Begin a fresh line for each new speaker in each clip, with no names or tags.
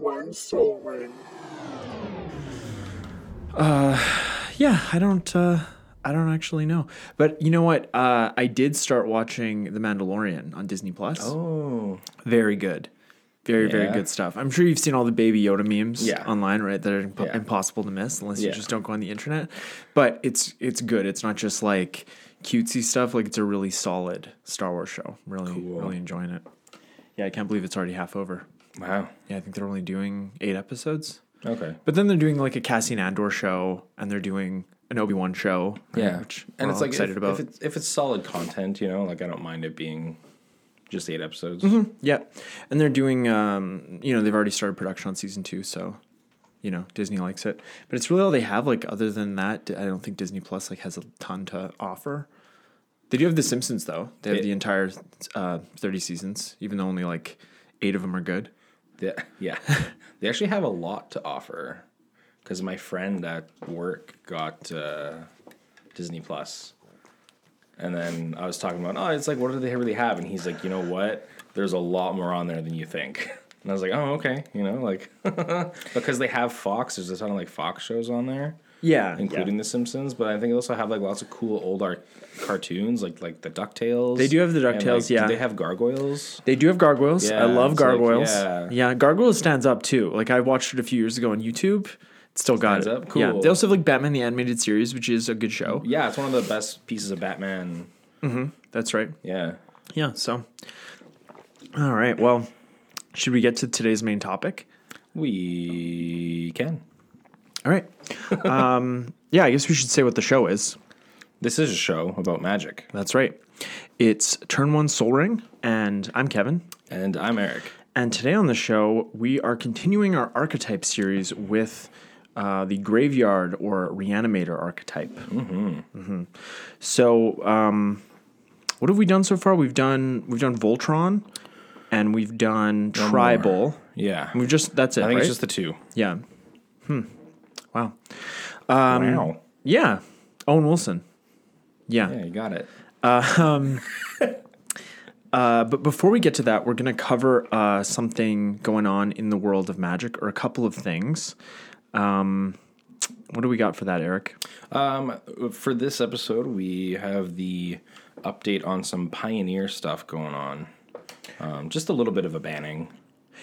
one sovereign.
Yeah, I don't. Uh, I don't actually know, but you know what? Uh, I did start watching The Mandalorian on Disney Plus.
Oh,
Very good. Very, very
Yeah.
good stuff. I'm sure you've seen all the Baby Yoda memes
Yeah.
online, right? That are imp-
Yeah.
impossible to miss unless you
Yeah.
just don't go on the internet. But it's it's good. It's not just like cutesy stuff. Like it's a really solid Star Wars show. Really, really enjoying it. Yeah, I can't believe it's already half over.
wow.
Yeah, I think they're only doing eight episodes.
Okay.
But then they're doing like a Cassian Andor show, and they're doing an Obi Wan show. right,
Yeah,
which
and
we're
it's
all
like
excited
if,
about.
if it's if it's solid content, you know, like I don't mind it being just eight episodes.
Yeah, and they're doing. Um, you know, they've already started production on season two, so you know Disney likes it. But it's really all they have. Like other than that, I don't think Disney Plus like has a ton to offer. They do have The Simpsons though. They have
They-
the entire uh, thirty seasons, even though only like eight of them are good.
Yeah, yeah. they actually have a lot to offer because my friend at work got uh, Disney Plus, and then I was talking about, oh, it's like, what do they really have? And he's like, you know what? There's a lot more on there than you think. And I was like, oh, okay, you know, like because they have Fox. There's a ton of like Fox shows on there.
Yeah,
including The Simpsons, but I think they also have like lots of cool old art cartoons, like like the Ducktales.
They do have the
And, like,
DuckTales,
do
yeah.
they have gargoyles.
They do have gargoyles.
Yeah,
I love
it's like,
gargoyles.
yeah.
yeah. gargoyles stands up too. Like I watched it a few years ago on YouTube. It's still got
Stands
it.
up?
Yeah.
Cool.
They also have like Batman the animated series, which is a good show.
Yeah, it's one of the best pieces of Batman.
That's right.
Yeah,
Yeah. So, all right. Well, should we get to today's main topic?
we can.
All right. um, yeah, I guess we should say what the show is.
This is a show about magic,
That's right. It's Turn One Soul Ring, and I'm Kevin.
and I'm Eric.
And today on the show, we are continuing our archetype series with uh, the graveyard or reanimator archetype. Mm-hmm. So, um, what have we done so far? We've done we've done Voltron, and we've done Tribal.
Yeah,
And we've just that's it.
I think
right?
it's just the two.
yeah. Hmm. Wow. Um,
wow.
Yeah. Owen Wilson. Yeah.
Yeah, you got it.
But before we get to that, we're going to cover uh, something going on in the world of magic or a couple of things. Um, what do we got for that, Eric?
Um, for this episode, we have the update on some pioneer stuff going on. Um, just a little bit of a banning.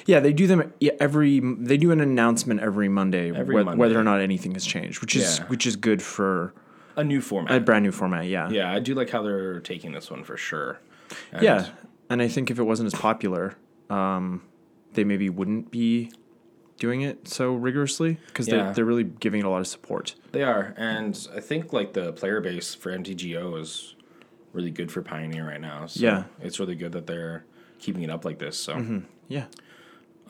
Yeah, they do them yeah, every. They do an announcement every Monday,
Every
whe-
Monday.
whether or not anything has changed, which is
Yeah.
which is good for
A new format.
a brand new format. Yeah,
Yeah, I do like how they're taking this one for sure. And
Yeah. And I think if it wasn't as popular, um, they maybe wouldn't be doing it so rigorously because
Yeah.
they're, they're really giving it a lot of support.
They are. And I think like the player base for MTGO is really good for Pioneer right now. So
Yeah. Mm-hmm.
It's really good that they're keeping it up like this. So
Yeah,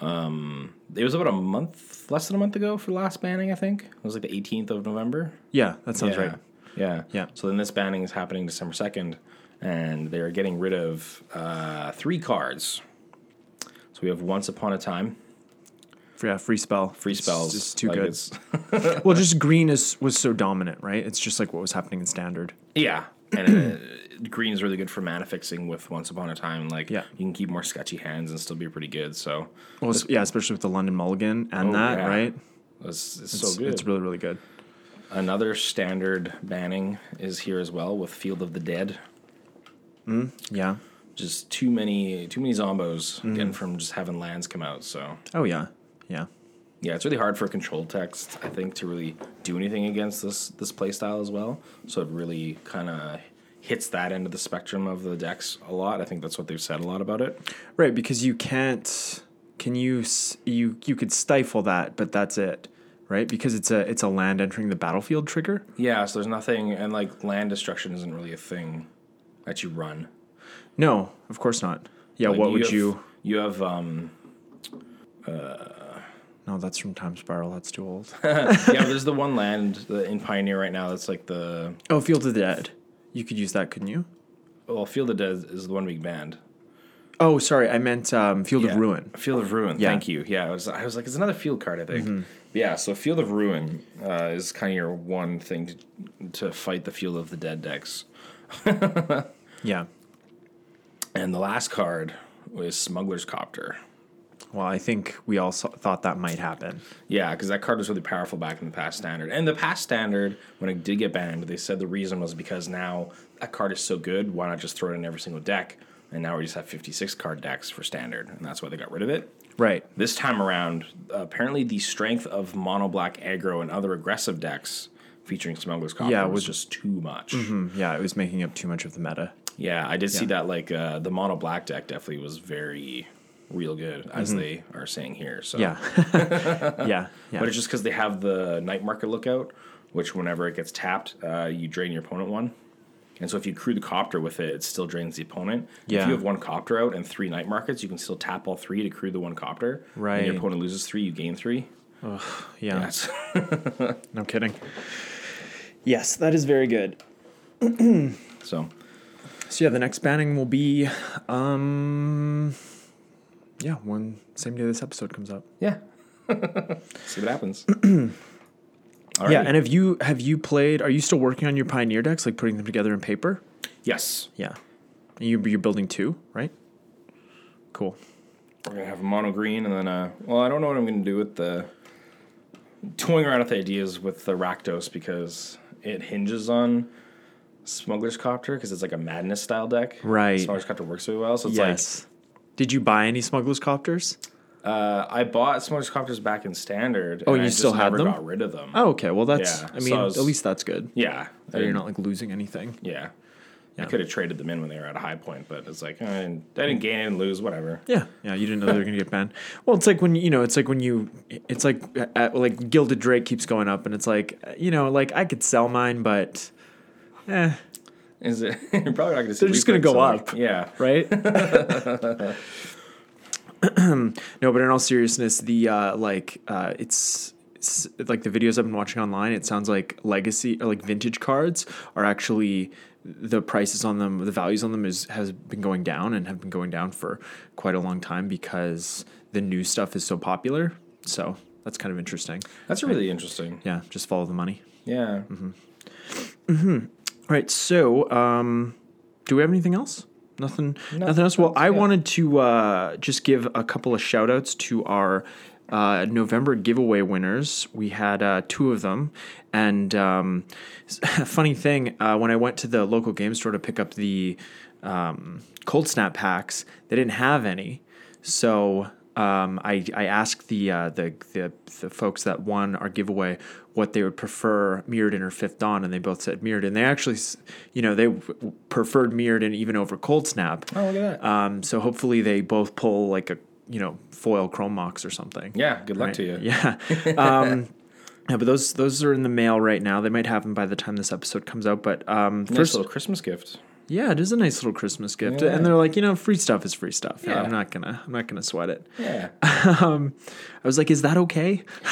it was about a month, less than a month ago for the last banning, I think. It was like the 18th of November.
yeah, that sounds right.
Yeah.
Yeah.
So then this banning is happening December 2nd, and they're getting rid of uh, three cards. So we have Once Upon a Time,
Yeah, free spell, free
Spells.
It's, too
Like,
good.
it's-
well, just green is was so dominant, right? It's just like what was happening in standard.
Yeah. And uh, green is really good for mana fixing with Once Upon a Time. Like,
Yeah.
you can keep more sketchy hands and still be pretty good. So,
Well, s- yeah, especially with the London Mulligan and that,
Oh, yeah.
right?
it's, it's,
It's,
so good.
it's really really good.
Another standard banning is here as well with Field of the Dead.
Yeah.
Just too many, too many zombos
Mm-hmm.
getting from just having lands come out. So,
Oh yeah. Yeah.
yeah, it's really hard for control text, I think, to really do anything against this this playstyle as well. So it really kind of hits that end of the spectrum of the decks a lot. I think that's what they've said a lot about it.
Right, because you can't. Can you s- you you could stifle that, but that's it, right? Because it's a it's a land entering the battlefield trigger.
Yeah, so there's nothing, and like land destruction isn't really a thing that you run.
No, of course not. Yeah,
Like,
what would
have-
you?
You have um,
No, that's from Time Spiral. That's too old.
yeah. There's the one land that in Pioneer right now that's like the
oh, Field of the Dead. You could use that, couldn't you?
well, Field of Dead is the one big band.
Oh, sorry, I meant um, Field
Yeah.
of Ruin.
Field of Ruin.
Yeah. Mm-hmm.
Thank you. Yeah, I was, I was like, it's another field card, I think. Yeah, so Field of Ruin uh, is kind of your one thing to, to fight the Field of the Dead decks.
Yeah.
And the last card was Smuggler's Copter.
Well, I think we all saw, thought that might happen.
Yeah, because that card was really powerful back in the past standard. And the past standard, when it did get banned, they said the reason was because now that card is so good, why not just throw it in every single deck? And now we just have 56 card decks for standard, and that's why they got rid of it.
Right.
This time around, apparently the strength of mono black aggro and other aggressive decks featuring Smuggler's Copper
Yeah, it
was
was- Mm-hmm.
just too much.
Hmm, Yeah, it was making up too much of the meta.
Yeah, I did see that. Like uh, the mono black deck definitely was very real good, as they are saying here. So
Mm-hmm. Yeah. yeah. Yeah.
but it's just because they have the night market lookout, which whenever it gets tapped, uh, you drain your opponent one. And so if you crew the copter with it, it still drains the opponent. If
Yeah.
you have one copter out and three night markets, you can still tap all three to crew the one copter. And
Right.
your opponent loses three, you gain three.
yeah.
That's
No kidding. Yes, that is very good.
so.
So yeah, the next banning will be, um, yeah, one same day this episode comes up.
Yeah. See what happens. all
Yeah, and have you have you played? Are you still working on your pioneer decks, like putting them together in paper?
yes,
Yeah, you you're building two, right? Cool.
we're gonna have a mono green, and then uh, well, I don't know what I'm gonna do with the toying around with ideas with the Rakdos because it hinges on Smuggler's Copter because it's like a madness style deck.
Right.
Smuggler's Copter works really well, so it's
yes. Did you buy any smugglers copters?
like uh, I bought Smuggler's Copters back in Standard.
Oh,
and
you
I
still
just
had
never
them?
Got rid of them.
Oh, okay. Well, that's.
Yeah,
I
so
mean,
I was-
at least that's good.
yeah.
That you're not like losing anything.
Yeah.
Yeah.
I could have traded them in when they were at a high point, but it's like eh, I didn't, I didn't gain and lose, whatever.
Yeah, yeah, you didn't know they were gonna get banned. Well, it's like when you know, it's like when you, it's like at, like Gilded Drake keeps going up, and it's like uh, you know, like I could sell mine, but eh,
Is it? you're probably not going to.
They're just gonna go up.
Yeah.
right? no, but in all seriousness, the uh, like uh, it's, it's like the videos I've been watching online. It sounds like legacy or like vintage cards are actually the prices on them, the values on them is has been going down and have been going down for quite a long time because the new stuff is so popular. So that's kind of interesting.
That's really interesting.
Yeah, just follow the money.
Yeah.
Mm-hmm. All right. So, um, do we have anything else? Nothing. Nothing, else. Well, I
yeah.
wanted to uh, just give a couple of shout outs to our uh, November giveaway winners. We had uh, two of them, and um, funny thing, uh, when I went to the local game store to pick up the um, cold snap packs, they didn't have any. So um, I, I asked the, uh, the the the folks that won our giveaway what they would prefer Mirrodin or Fifth Dawn, and they both said Mirrodin. They actually, s- you know, they w- w- preferred Mirrodin even over Cold Snap.
Oh, look at that.
Um, so hopefully they both pull like a you know foil Chromox or something.
yeah. Good luck to you.
Right. Yeah. Um, yeah, but those those are in the mail right now. They might have them by the time this episode comes out. But um,
Nice
first,
little Christmas gift.
yeah, it is a nice little Christmas gift,
Yeah.
and they're like, you know, free stuff is free stuff.
Yeah.
I'm not gonna I'm not gonna sweat it.
Yeah.
Um, I was like, is that okay?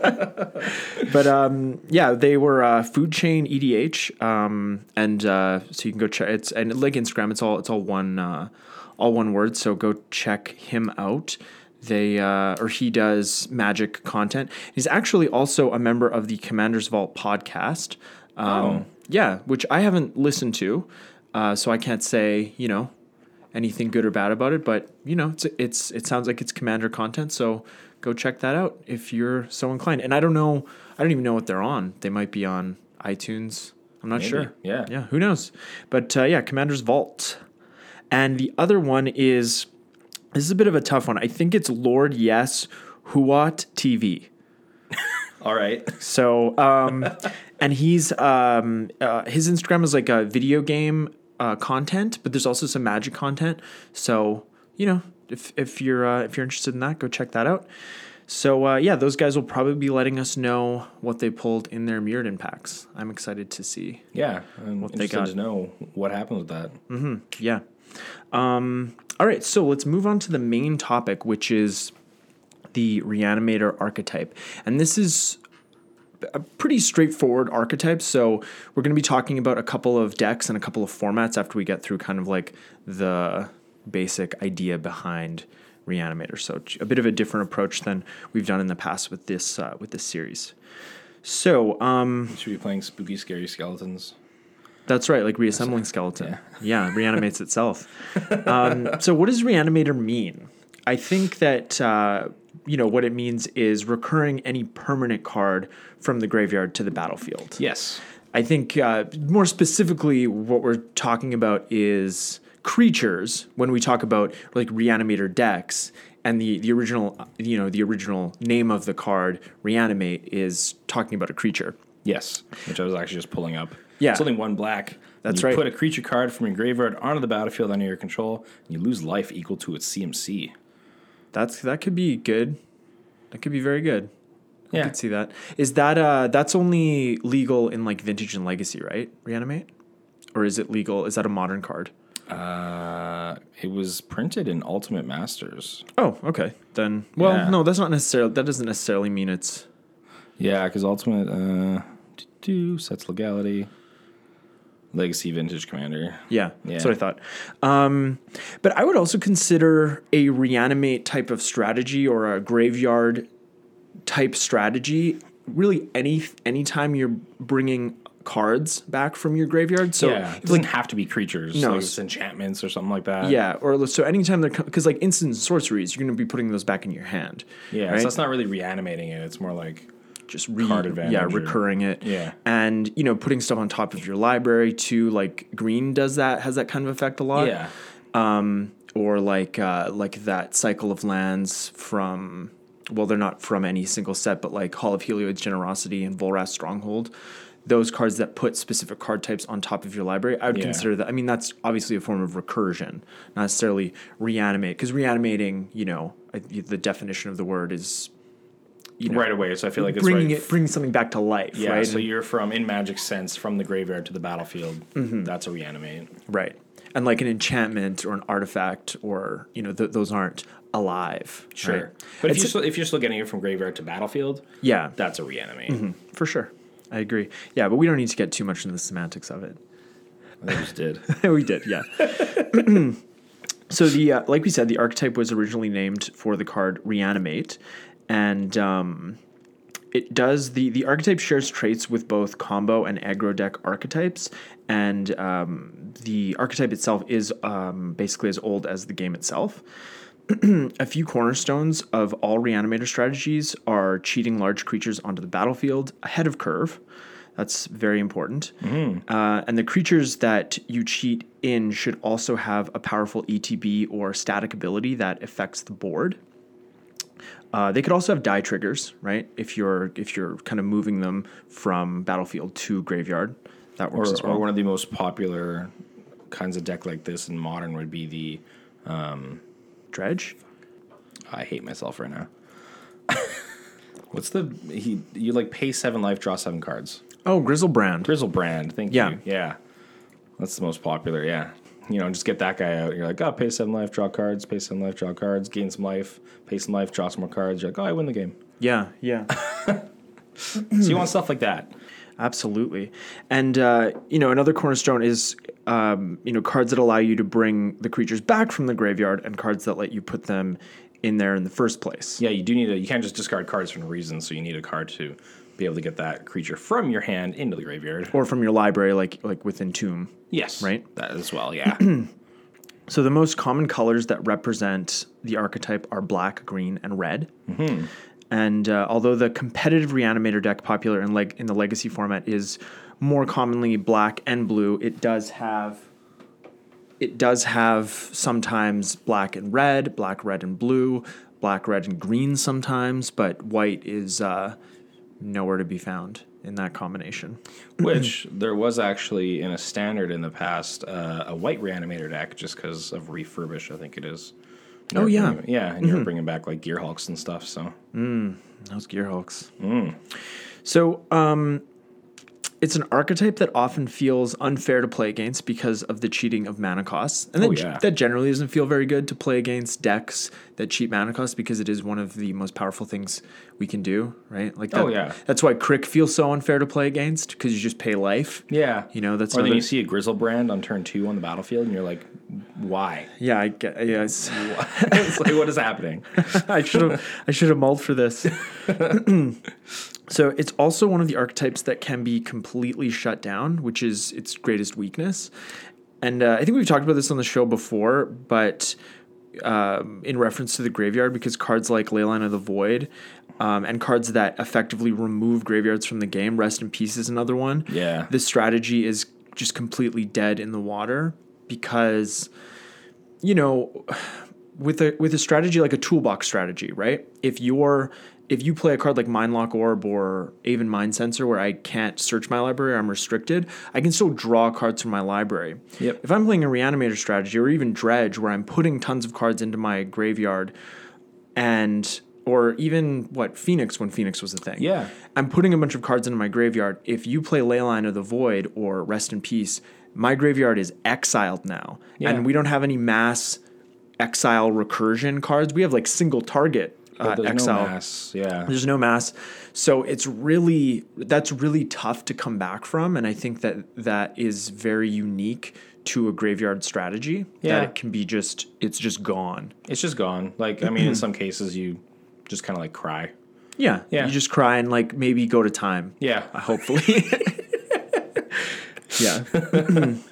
but um, yeah, they were uh, food chain EDH, um, and uh, so you can go check. It's and like Instagram, it's all it's all one uh, all one word. So go check him out. They uh, or he does magic content. He's actually also a member of the Commander's Vault podcast. Um, Yeah, which I haven't listened to, uh, so I can't say you know anything good or bad about it. But you know, it's it's it sounds like it's commander content, so go check that out if you're so inclined. And I don't know, I don't even know what they're on. They might be on iTunes. I'm not
Maybe,
sure.
yeah.
yeah, who knows? But uh, yeah, Commander's Vault, and the other one is this is a bit of a tough one. I think it's Lord Yes Huat TV.
All right.
So, um, and he's um, uh, his Instagram is like a video game uh, content, but there's also some magic content. So, you know, if if you're uh, if you're interested in that, go check that out. So uh, yeah, those guys will probably be letting us know what they pulled in their Mirrodin packs. I'm excited to see.
Yeah. I'm
they
interested
got.
to know what happened with that.
Yeah. Um, all right, so let's move on to the main topic, which is the reanimator archetype. And this is a pretty straightforward archetype. So we're going to be talking about a couple of decks and a couple of formats after we get through kind of like the basic idea behind reanimator. So a bit of a different approach than we've done in the past with this uh, with this series. So, um,
Should be playing spooky, scary skeletons.
that's right, like reassembling skeleton. Yeah, reanimates itself. Um, so, what does reanimator mean? I think that uh, you know what it means is recurring any permanent card from the graveyard to the battlefield.
Yes.
I think uh, more specifically, what we're talking about is creatures when we talk about like reanimator decks and the, the original you know the original name of the card reanimate is talking about a creature
Yes. Which I was actually just pulling up.
Yeah.
It's only one black.
That's
you
right.
Put a creature card from your graveyard onto the battlefield under your control, and you lose life equal to its CMC.
that's that could be good that could be very good i
Yeah.
could see that is that uh that's only legal in like vintage and legacy right reanimate or is it legal is that a modern card
Uh, it was printed in Ultimate Masters.
oh okay then well
Yeah.
no that's not necessarily that doesn't necessarily mean it's
Yeah, because Ultimate uh, do sets legality. Legacy Vintage Commander.
Yeah,
Yeah.
that's what I thought. Um, but I would also consider a reanimate type of strategy or a graveyard type strategy really any anytime you're bringing cards back from your graveyard. So
yeah, it doesn't have to be creatures.
No.
like it's enchantments or something like that.
yeah, or so anytime they're because like instant sorceries, you're going to be putting those back in your hand.
yeah.
right?
So that's not really reanimating it. It's more like
just re-
Card advantage
yeah
or-
recurring it
Yeah.
and you know putting stuff on top of your library too like green does that has that kind of effect a lot
Yeah.
um or like uh like that cycle of lands from well they're not from any single set but like hall of helioid's generosity and volrath's stronghold those cards that put specific card types on top of your library i would
Yeah.
consider that i mean that's obviously a form of recursion not necessarily reanimate because reanimating you know I, the definition of the word is you know
right away. So I feel like it's
bringing
right
it, bringing something back to life,
Yeah,
right?
so you're from in magic sense from the graveyard to the battlefield. That's a reanimate.
right. And like an enchantment or an artifact, or you know, th- those aren't alive.
Sure,
right?
but
It's-
if you're, still, if you're still getting it from graveyard to battlefield,
yeah,
that's a reanimate.
for sure. I agree. Yeah, but we don't need to get too much into the semantics of it.
I just did.
we did, yeah. so the uh, like we said, the archetype was originally named for the card reanimate, and um, it does the the archetype shares traits with both combo and aggro deck archetypes, and um, the archetype itself is um, basically as old as the game itself. A few cornerstones of all reanimator strategies are cheating large creatures onto the battlefield ahead of curve. That's very important.
Mm.
Uh, and the creatures that you cheat in should also have a powerful ETB or static ability that affects the board. Uh, they could also have die triggers, right? If you're if you're kind of moving them from battlefield to graveyard, that
or,
works as well.
or one of the most popular kinds of deck like this in modern would be the
Dredge.
I hate myself right now. What's the he? You like pay seven life, draw seven cards.
Oh, Grizzlebrand.
Grizzle brand. Thank
Yeah.
you. Yeah. That's the most popular. Yeah. You know, just get that guy out. You're like, oh, pay seven life, draw cards, pay seven life, draw cards, gain some life, pay some life, draw some more cards. You're like, oh, I win the game.
Yeah, yeah.
So you want stuff like that.
Absolutely, and uh, you know another cornerstone is um, you know cards that allow you to bring the creatures back from the graveyard, and cards that let you put them in there in the first place.
Yeah, you do need a, you can't just discard cards for no reason. So you need a card to be able to get that creature from your hand into the graveyard.
or from your library, like like within Tomb.
Yes.
Right.
That as well. Yeah.
So the most common colors that represent the archetype are black, green, and red. And uh, although the competitive reanimator deck popular in leg- in the legacy format is more commonly black and blue, it does have it does have sometimes black and red, black, red, and blue, black, red, and green sometimes, but white is uh, nowhere to be found in that combination.
Which there was actually in a standard in the past uh, a white reanimator deck just because of refurbish, I think it is. And
Oh,
they were
yeah.
bringing- yeah, and you're bringing back like gear hulks and stuff. So
Those Gearhulks.
Mm.
So, um, it's an archetype that often feels unfair to play against because of the cheating of mana costs. And that,
Oh, yeah.
that generally doesn't feel very good to play against decks that cheat mana costs because it is one of the most powerful things we can do, right? Like that,
Oh, yeah.
That's why Crick feels so unfair to play against because you just pay life.
yeah,
You know, that's
or then
another-
you see a grizzle brand on turn two on the battlefield, and you're like, why?
Yeah, I guess. Yeah, it's-
it's like, what is happening?
I should have I should have mulled for this. so it's also one of the archetypes that can be completely shut down, which is its greatest weakness. And uh, I think we've talked about this on the show before, but um, in reference to the graveyard because cards like Leyline of the Void um, and cards that effectively remove graveyards from the game, Rest in Peace is another one.
Yeah.
The strategy is just completely dead in the water because, you know, with a with a strategy like a toolbox strategy, right? If you're if you play a card like Mind Lock Orb or Avon Mind Sensor, where I can't search my library, I'm restricted. I can still draw cards from my library.
Yep.
If I'm playing a Reanimator strategy or even Dredge, where I'm putting tons of cards into my graveyard, and or even what Phoenix when Phoenix was a thing.
Yeah.
I'm putting a bunch of cards into my graveyard. If you play Leyline of the Void or Rest in Peace, my graveyard is exiled now.
Yeah.
And we don't have any mass exile recursion cards. We have like single target uh,
But Oh, there's
exile.
no mass. Yeah.
There's no mass. So it's really that's really tough to come back from and I think that that is very unique to a graveyard strategy
Yeah.
that it can be just it's just gone.
It's just gone. Like I mean, in some cases, you just kind of like cry.
Yeah.
Yeah.
You just cry and like maybe go to time.
Yeah.
Uh. hopefully. yeah.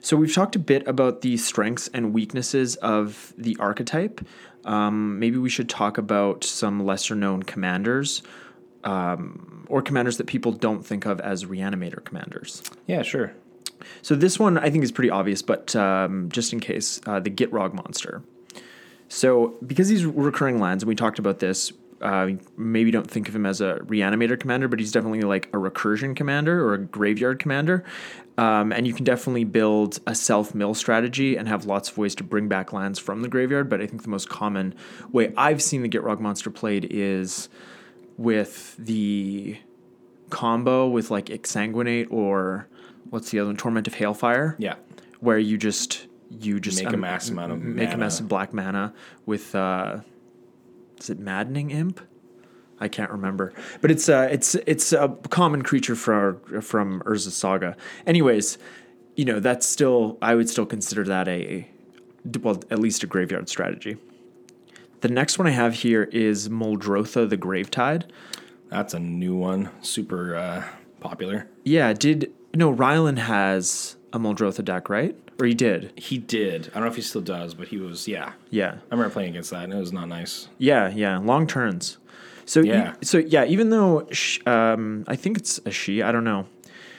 so we've talked a bit about the strengths and weaknesses of the archetype. Um, maybe we should talk about some lesser known commanders um, or commanders that people don't think of as reanimator commanders.
Yeah. Sure.
So this one I think is pretty obvious, but um, just in case, uh, the Gitrog monster. So because he's recurring lands, and we talked about this, uh, you maybe don't think of him as a reanimator commander, but he's definitely like a recursion commander or a graveyard commander. Um, and you can definitely build a self mill strategy and have lots of ways to bring back lands from the graveyard. But I think the most common way I've seen the Gitrog monster played is with the combo with like exsanguinate or what's the other one torment of hailfire
Yeah.
where you just you just
Make a mass amount of
make a mass
mana.
of black mana with uh is it maddening imp I can't remember, but it's uh, it's it's a common creature from from Urza Saga. Anyways, you know that's still I would still consider that a well at least a graveyard strategy. The next one I have here is Moldrotha the Gravetide.
That's a new one. Super uh, popular.
Yeah, did no Rylan has a Moldrotha deck, right? Or he did.
He did. I don't know if he still does, but he was. Yeah.
Yeah.
I remember playing against that, and it was not nice.
Yeah, yeah, long turns. So yeah.
Yeah.
so yeah, even though sh um I think it's a she, I don't know.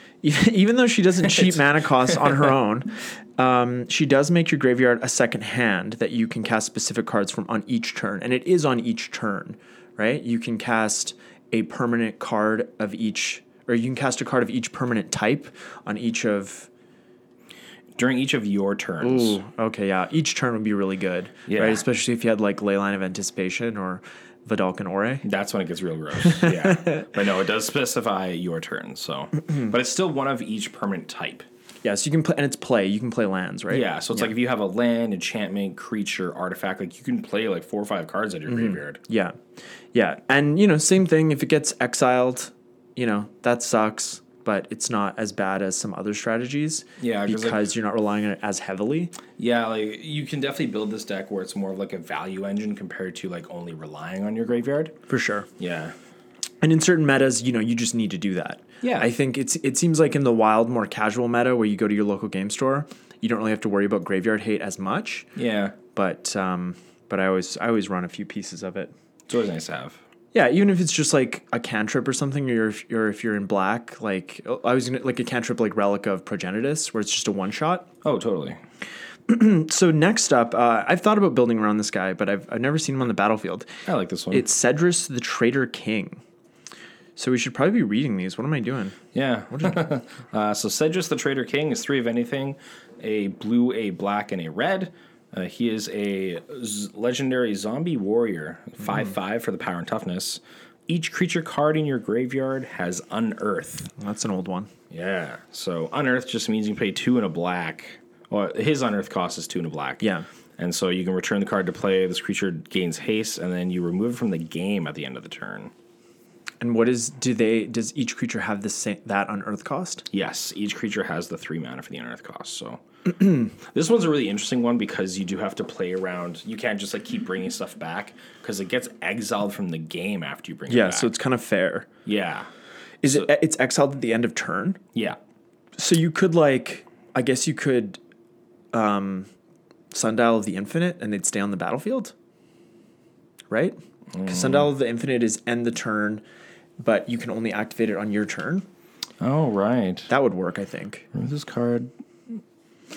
Even though she doesn't cheat mana costs on her own, um, she does make your graveyard a second hand that you can cast specific cards from on each turn, and it is on each turn, right? You can cast a permanent card of each, or you can cast a card of each permanent type on each of
During each of your turns,
Ooh, okay, yeah. Each turn would be really good,
Yeah.
right? Especially if you had like Leyline of Anticipation or Vidalcan Ore.
that's when it gets real gross. yeah. But no, it does specify your turn. So, but it's still one of each permanent type.
Yeah, so you can play, and it's play. You can play lands, right?
Yeah. So it's like if you have a land, enchantment, creature, artifact, like you can play like four or five cards out of your graveyard.
yeah, yeah. And you know, same thing. If it gets exiled, you know that sucks, but it's not as bad as some other strategies.
Yeah, 'cause,
because
like-
you're not relying on it as heavily.
Yeah, like you can definitely build this deck where it's more of like a value engine compared to like only relying on your graveyard.
For sure.
Yeah.
And in certain metas, you know, you just need to do that.
Yeah.
I think it's it seems like in the wild, more casual meta where you go to your local game store, you don't really have to worry about graveyard hate as much.
Yeah.
but um, but I always I always run a few pieces of it.
It's always nice to have.
Yeah, even if it's just like a cantrip or something, or if, or if you're in black, like oh, I was gonna, like a cantrip like Relic of Progenitus, where it's just a one shot.
Oh, totally.
So next up, uh, I've thought about building around this guy, but I've I've never seen him on the battlefield.
I like this one.
It's Cedrus the Traitor King. So we should probably be reading these. What am I doing?
yeah. uh, so Cedrus the Trader King is three of anything, a blue, a black, and a red. Uh, he is a z- legendary zombie warrior, five
Mm.
five for the power and toughness. Each creature card in your graveyard has unearth.
That's an old one.
Yeah. So unearth just means you can pay two and a black. Well, his unearth cost is two and a black.
Yeah.
And so you can return the card to play. This creature gains haste, and then you remove it from the game at the end of the turn.
And what is do they does each creature have the same that on Earth cost?
Yes, each creature has the three mana for the unearth cost. So this one's a really interesting one because you do have to play around. You can't just like keep bringing stuff back because it gets exiled from the game after you bring it
Yeah,
back.
so it's kind of fair.
yeah,
Is it it's exiled at the end of turn?
yeah,
so you could like i guess you could um Sundial of the Infinite and they'd stay on the battlefield? Right? Because
Mm.
Sundial of the Infinite is end the turn, but you can only activate it on your turn.
Oh right.
That would work, I think.
Remove this card.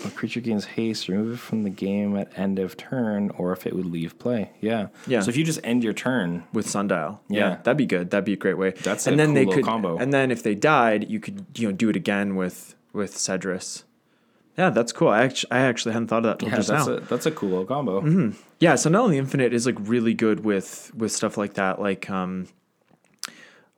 A creature gains haste. Remove it from the game at end of turn, or if it would leave play. Yeah.
Yeah.
So if you just end your turn,
with sundial.
Yeah.
that'd be good. That'd be a great way.
That's a cool
they
little
could,
combo.
And then if they died, you could you know do it again with with Cedrus. Yeah, that's cool. I actually, I actually hadn't thought of that till
yeah,
just
that's
now.
a that's a cool little combo.
Yeah, Sundial of the Infinite is like really good with with stuff like that. Like um,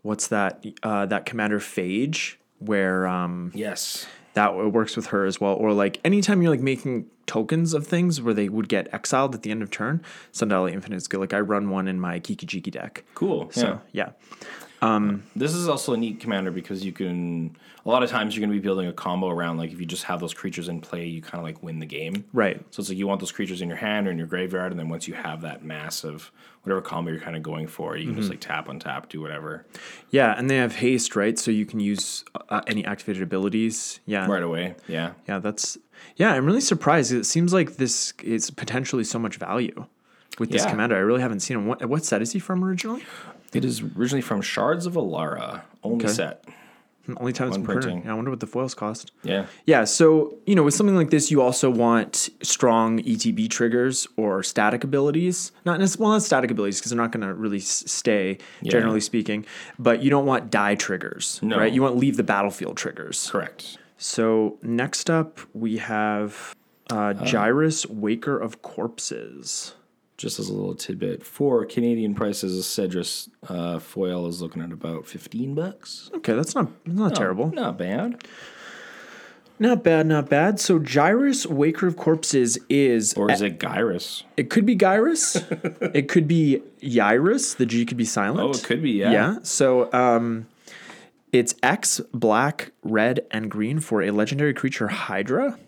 what's that? Uh, that Commander Phage where um
Yes.
that w- works with her as well. Or like anytime you're like making tokens of things where they would get exiled at the end of turn, Sundial of the Infinite is good. Like I run one in my Kikijiki deck.
Cool.
So
yeah.
yeah.
This is also a neat commander because you can a lot of times you're going to be building a combo around like if you just have those creatures in play, you kind of like win the game.
Right.
So it's like you want those creatures in your hand or in your graveyard, and then once you have that mass of whatever combo you're kind of going for, you can just like tap on tap, do whatever
Yeah, and they have haste, right? So you can use uh, any activated abilities. Yeah.
right away. Yeah.
Yeah, that's Yeah, I'm really surprised. It seems like this is potentially so much value with this
Yeah.
commander. I really haven't seen him. What what set is he from originally?
It is originally from Shards of Alara, only set.
Hmm, Only time it's been printed.
printing.
Yeah, I wonder what the foils cost.
Yeah.
Yeah, so you know, with something like this, you also want strong ETB triggers or static abilities. Not necessarily well, not static abilities because they're not going to really s- stay, generally speaking. But you don't want die triggers,
No.
right? You want leave the battlefield triggers.
Correct.
So next up, we have uh,
Uh-huh.
Gyrus, Waker of Corpses.
Just as a little tidbit, for Canadian prices, a Cedrus uh, foil is looking at about fifteen bucks.
Okay, that's not that's
Oh.
not terrible.
Not bad.
Not bad, not bad. So Gyrus, Waker of Corpses is
Or is it Gyrus?
it could be Gyrus, it could be Gyrus. The G could be
Oh,
silent.
it could be.
Yeah. So um, it's X, black, red, and green for a legendary creature Hydra.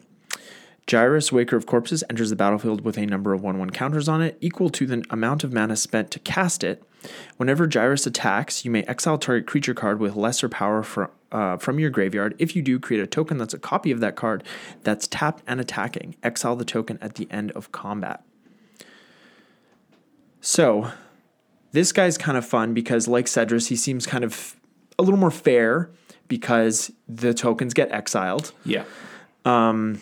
Gyrus, Waker of Corpses, enters the battlefield with a number of 1 1 counters on it, equal to the amount of mana spent to cast it. Whenever Gyrus attacks, you may exile target creature card with lesser power fro- uh, from your graveyard. If you do, create a token that's a copy of that card that's tapped and attacking. Exile the token at the end of combat. So, this guy's kind of fun because, like Cedrus, he seems kind of a little more fair because the tokens get exiled
Yeah.
and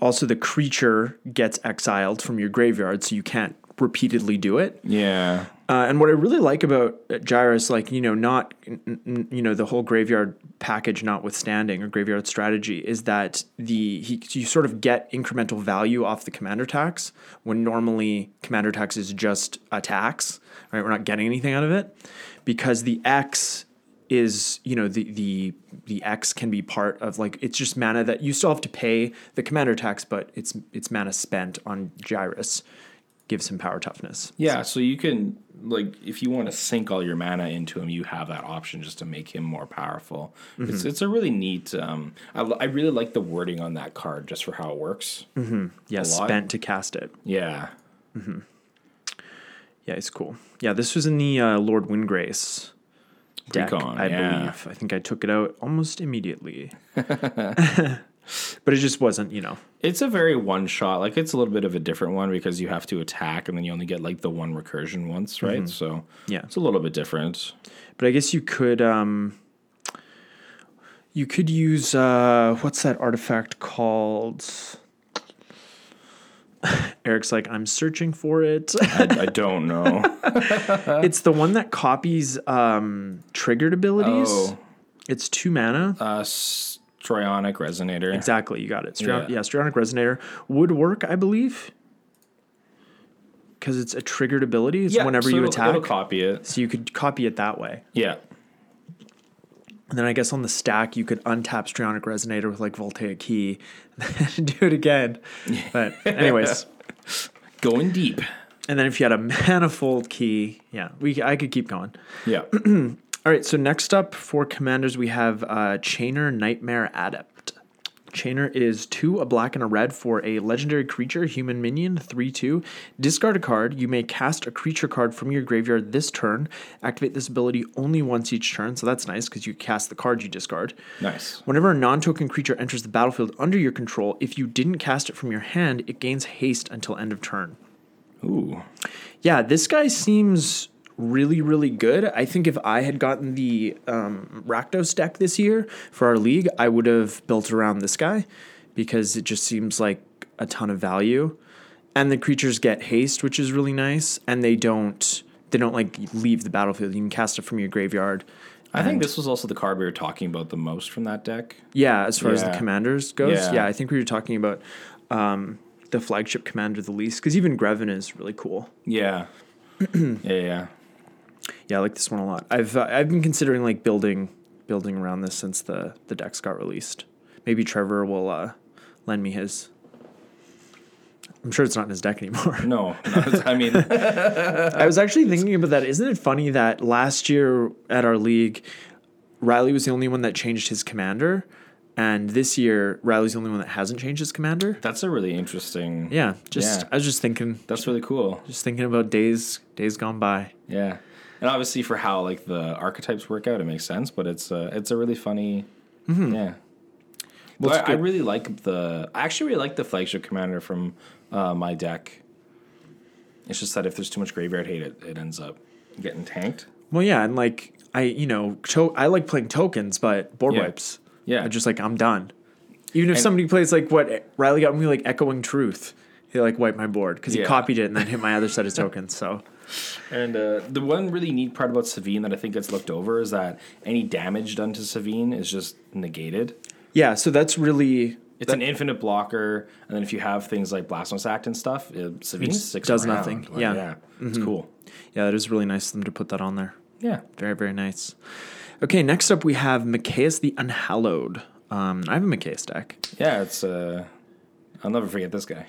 also the creature gets exiled from your graveyard, so you can't repeatedly do it.
Yeah.
Uh, and what I really like about uh, Gyrus, like you know, not n- n- you know the whole graveyard package notwithstanding or graveyard strategy, is that the he, you sort of get incremental value off the commander tax when normally commander tax is just a tax, right? We're not getting anything out of it because the X is you know the the the X can be part of like it's just mana that you still have to pay the commander tax, but it's it's mana spent on Gyrus gives him power toughness.
Yeah. So you can like if you want to sink all your mana into him, you have that option just to make him more powerful. It's
Mm-hmm.
it's a really neat. Um, I, I really like the wording on that card just for how it works.
Yeah,
lot.
spent to cast it.
Yeah.
Yeah, it's cool. Yeah, this was in the uh, Lord Windgrace deck,
Precon,
I
yeah.
believe. I think I took it out almost immediately. but it just wasn't, you know.
It's a very one shot. Like it's a little bit of a different one because you have to attack and then you only get like the one recursion once, right? So
Mm-hmm. Yeah.
it's a little bit different.
But I guess you could um you could use uh what's that artifact called? Eric's like, I'm searching for it.
I, I don't know.
it's the one that copies um triggered abilities.
Oh.
It's two mana.
Uh, s- Trionic Resonator.
Exactly, you got it. Strion- yeah.
Yeah.
Strionic Resonator would work, I believe, because it's a triggered ability. It's whenever you
so it'll-
attack,
it'll copy it.
so you could copy it that way.
Yeah.
And then I guess on the stack, you could untap Strionic Resonator with like Voltaic Key, and do it again. But anyways,
Going deep.
and then if you had a Manifold Key, yeah, we I could keep going.
Yeah.
All right, so next up for commanders, we have uh, Chainer Nightmare Adept. Chainer is two, a black and a red for a legendary creature, human minion, 3 2. Discard a card. You may cast a creature card from your graveyard this turn. Activate this ability only once each turn, so that's nice because you cast the card you discard.
Nice.
Whenever a non token creature enters the battlefield under your control, if you didn't cast it from your hand, it gains haste until end of turn.
Ooh.
Yeah, this guy seems really, really good. I think if I had gotten the um, Rakdos deck this year for our league, I would have built around this guy because it just seems like a ton of value. And the creatures get haste, which is really nice, and they don't they don't like leave the battlefield. You can cast it from your graveyard.
I think this was also the card we were talking about the most from that deck.
Yeah, as far as the
Yeah.
commanders goes, yeah.
Yeah.
I think we were talking about um, the flagship commander the least because even Grevin is really cool.
Yeah. yeah, yeah.
Yeah, I like this one a lot. I've uh, I've been considering like building building around this since the the decks got released. Maybe Trevor will uh, lend me his. I'm sure it's not in his deck anymore.
No, no, I mean,
I was actually thinking about that. Isn't it funny that last year at our league, Riley was the only one that changed his commander, and this year Riley's the only one that hasn't changed his commander.
that's a really interesting.
Yeah, just
Yeah.
I was just thinking,
That's really cool.
just thinking about days days gone by.
Yeah. And obviously for how like the archetypes work out, it makes sense, but it's uh, it's a really funny. Yeah. Well,
it's
I, I
good.
really like the. I actually really like the flagship commander from uh, my deck. It's just that if there's too much graveyard hate, it, it ends up getting tanked.
Well, yeah, and like I, you know, to- I like playing tokens, but board
Yeah.
wipes.
Yeah.
I just like I'm done. Even if somebody plays like what Riley got me, like echoing truth, he like wiped my board because he
Yeah.
copied it and then hit my other set of tokens. So
And uh, the one really neat part about Savine that I think gets looked over is that any damage done to Savine is just negated.
yeah, so that's really
It's an infinite blocker, and then if you have things like Blasphemous Act and stuff, it, Savine sticks
does
around.
nothing.
Like,
Yeah. Mm-hmm.
it's cool.
yeah, that is really nice of them to put that on there.
Yeah,
Very very nice. Okay, next up we have Micaeus the Unhallowed. Um, I have a Micaeus deck.
yeah. It's uh, I'll never forget this guy.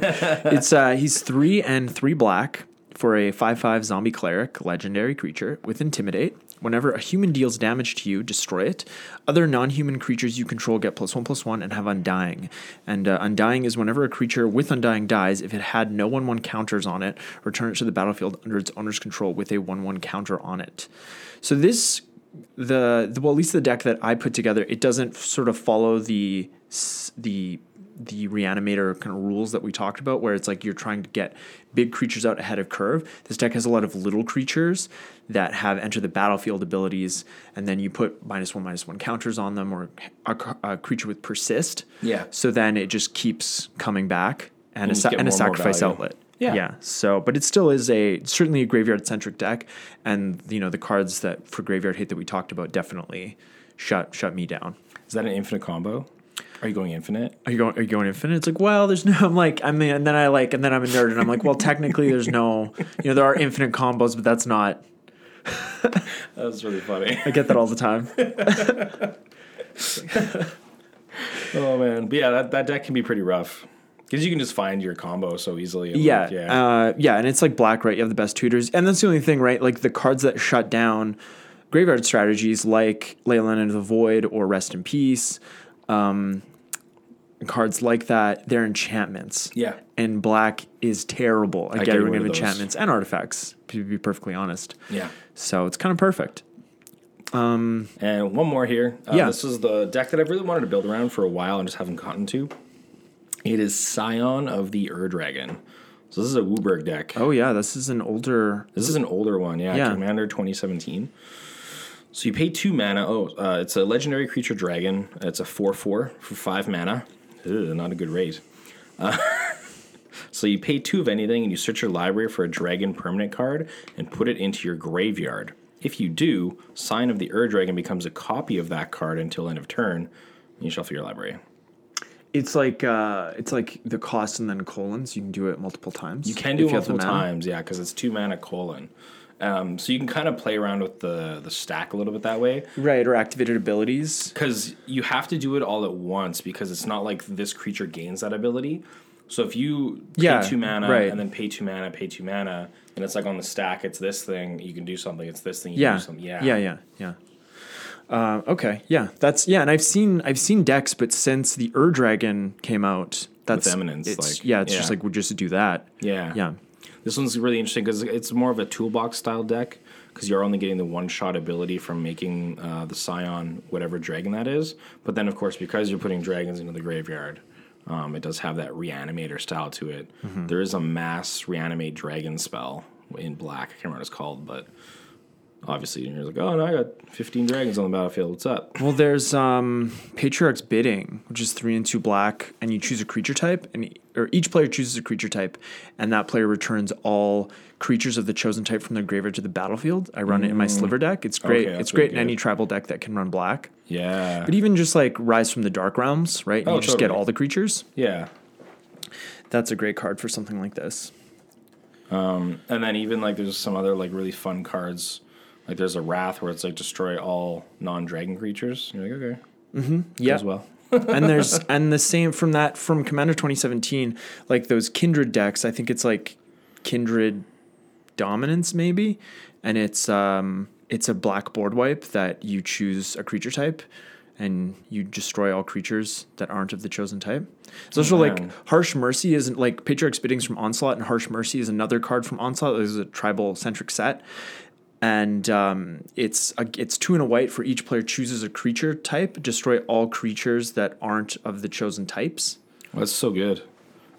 it's uh he's three and three black for a five five zombie cleric legendary creature with intimidate whenever a human deals damage to you destroy it other non-human creatures you control get plus one plus one and have undying and uh, undying is whenever a creature with undying dies if it had no one one counters on it return it to the battlefield under its owner's control with a one one counter on it so this the, the well at least the deck that I put together it doesn't sort of follow the s- the the reanimator kind of rules that we talked about where it's like you're trying to get big creatures out ahead of curve. This deck has a lot of little creatures that have enter the battlefield abilities and then you put minus 1 minus 1 counters on them or a, cr- a creature with persist.
Yeah.
So then it just keeps coming back and, a,
you
sa-
get
and a
more and more
sacrifice
value.
outlet.
Yeah.
Yeah. So, but it still is a certainly a graveyard centric deck, and you know the cards that for graveyard hate that we talked about definitely shut shut me down.
Is that an infinite combo? Are you going infinite?
Are you going? Are you going infinite? It's like, well, there's no. I'm like, I'm, and then I like, and then I'm a nerd, and I'm like, well, technically, there's no. You know, there are infinite combos, but that's not.
That was really funny.
I get that all the time.
oh man, but yeah, that, that deck can be pretty rough because you can just find your combo so easily. and, like,
Yeah,
yeah.
Uh, yeah, and it's like black, right? You have the best tutors, and that's the only thing, right? Like the cards that shut down graveyard strategies, like Leyland into the Void or Rest in Peace, um, cards like that. They're enchantments.
Yeah.
and black is terrible at
get
getting
rid
rid of
of those.
enchantments and artifacts. To be perfectly honest,
yeah.
so it's kind of perfect.
And one more here. Uh,
Yeah.
This is the deck that I've really wanted to build around for a while and just haven't gotten to. It is Scion of the Ur Dragon. So this is a Wooburg deck.
Oh yeah, this is an older.
This is an older one, yeah.
Yeah.
Commander 2017. So you pay two mana. Oh, uh, it's a legendary creature dragon. It's a 4 4 for five mana. Ugh, not a good rate. Uh, so you pay two of anything and you search your library for a dragon permanent card and put it into your graveyard. If you do, Sign of the Ur Dragon becomes a copy of that card until end of turn, and you shuffle your library.
It's like uh, it's like the cost and then colons. You can do it multiple times.
You can do multiple times, yeah, because it's two mana colon. Um, so you can kind of play around with the the stack a little bit that way.
right? Or activated abilities.
because you have to do it all at once because it's not like this creature gains that ability. So if you pay
Yeah,
two mana
right.
and then pay two mana, pay two mana, and it's like on the stack, it's this thing you can do something. It's this thing you
Yeah.
can do something. Yeah,
Yeah. Yeah. Yeah. Um, okay, yeah, that's yeah, and I've seen I've seen decks, but since the Ur Dragon came out, that's
Eminence,
it's-
like,
yeah, it's
yeah.
just like we just do that.
Yeah.
yeah,
This one's really interesting because it's more of a toolbox style deck because you're only getting the one shot ability from making uh, the Scion whatever dragon that is. But then, of course, because you're putting dragons into the graveyard, um, it does have that reanimator style to it. There is a mass reanimate dragon spell in black. I can't remember what it's called, but obviously you're like, oh, no, I got 15 dragons on the battlefield. What's up?
Well, there's um, Patriarch's Bidding, which is three and two black, and you choose a creature type, and e- or each player chooses a creature type, and that player returns all creatures of the chosen type from their graveyard to the battlefield. I run it in my Sliver deck. It's great.
Mm. Okay, that's
it's great
really
in any
good.
tribal deck that can run black.
Yeah.
But even just like Rise from the Dark Realms, right? And
Oh,
you just get
totally.
all the creatures.
Yeah.
That's a great card for something like this.
And then even like there's some other like really fun cards. Like there's a Wrath where it's like destroy all non-dragon creatures. You're like okay,
Yeah.
as well.
and there's and the same from that from Commander 2017, like those Kindred decks. I think it's like Kindred Dominance maybe, and it's um it's a black board wipe that you choose a creature type, and you destroy all creatures that aren't of the chosen type. So also
Wow.
like Harsh Mercy isn't like Patriarch's Biddings from Onslaught, and Harsh Mercy is another card from Onslaught. This is a tribal centric set. And um, it's a, it's two and a white for each player chooses a creature type. Destroy all creatures that aren't of the chosen types.
That's so good.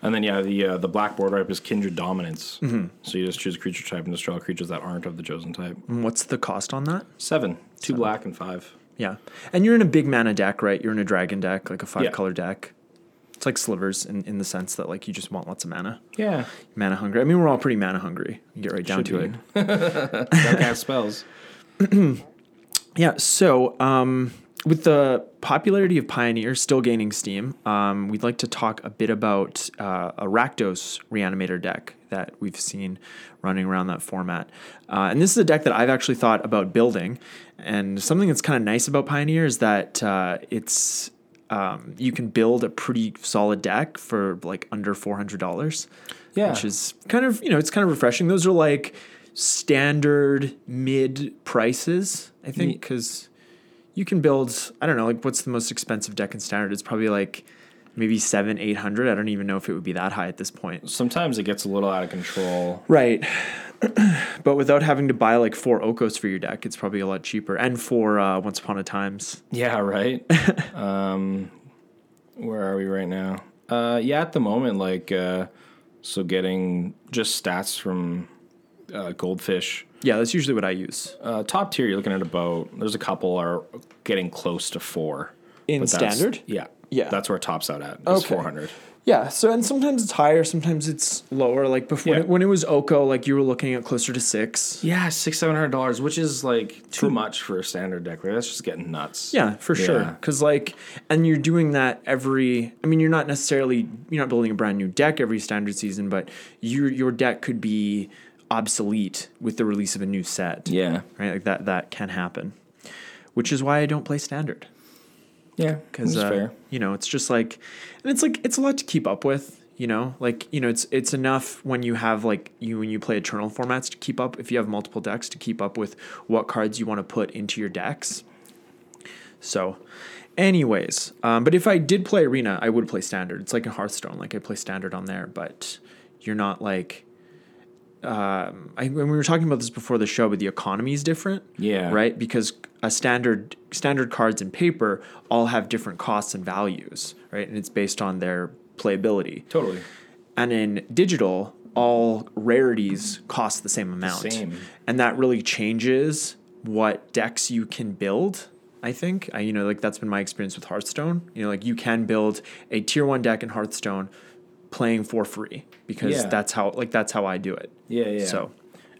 And then yeah, the uh, the black board wipe is Kindred Dominance. So you just choose a creature type and destroy all creatures that aren't of the chosen type.
And what's the cost on that?
Seven, two black and five.
Yeah, and you're in a big mana deck, right? You're in a dragon deck, like a five
Yeah.
color deck. It's like slivers in, in the sense that like you just want lots of mana,
Yeah,
mana hungry. I mean, we're all pretty mana hungry. You get right down to it.
that cast spells.
Yeah. So, um, with the popularity of Pioneer still gaining steam, um, we'd like to talk a bit about uh, a Rakdos reanimator deck that we've seen running around that format. Uh, and this is a deck that I've actually thought about building. And something that's kind of nice about Pioneer is that uh, it's um, you can build a pretty solid deck for like under four hundred dollars.
Yeah.
which is kind of you know it's kind of refreshing. Those are like standard mid prices, I think, because you can build. I don't know, like what's the most expensive deck in standard? It's probably like maybe seven, eight hundred. I don't even know if it would be that high at this point.
Sometimes it gets a little out of control.
Right. but without having to buy like four Okos for your deck, it's probably a lot cheaper. And for uh, Once Upon a Times.
Yeah, right. um, where are we right now? Uh, yeah, at the moment, like, uh, so getting just stats from uh, Goldfish.
Yeah, that's usually what I use.
Uh, top tier, you're looking at about. There's a couple are getting close to four
In
But that's-
standard?
Yeah,
Yeah.
That's where it tops out at. Is
Okay.
400.
Yeah. So and sometimes it's higher, sometimes it's lower. Like before,
Yeah.
when it was Oko, like you were looking at closer to six.
Yeah, six seven hundred dollars, which is like too much for a standard deck. Like, that's just getting nuts.
Yeah, for sure.
Hmm. Yeah.
Because like, and you're doing that every. I mean, you're not necessarily you're not building a brand new deck every standard season, but your your deck could be obsolete with the release of a new set.
Yeah.
right. Like that that can happen, which is why I don't play standard.
Yeah. Because
Because uh,
fair.
you know, it's just like, and it's like it's a lot to keep up with. You know, like you know, it's it's enough when you have like you when you play eternal formats to keep up. If you have multiple decks, to keep up with what cards you want to put into your decks. So, anyways, um, but if I did play arena, I would play standard. It's like in Hearthstone, like I play standard on there, but you're not like. Um, I, when we were talking about this before the show, but the economy is different
Yeah.
right because a standard standard cards and paper all have different costs and values right and it's based on their playability
Totally.
and in digital all rarities cost the same amount
Same.
and that really changes what decks you can build i think I, you know like that's been my experience with hearthstone you know like you can build a tier one deck in hearthstone playing for free because
Yeah.
that's how like that's how i do it
Yeah, yeah.
so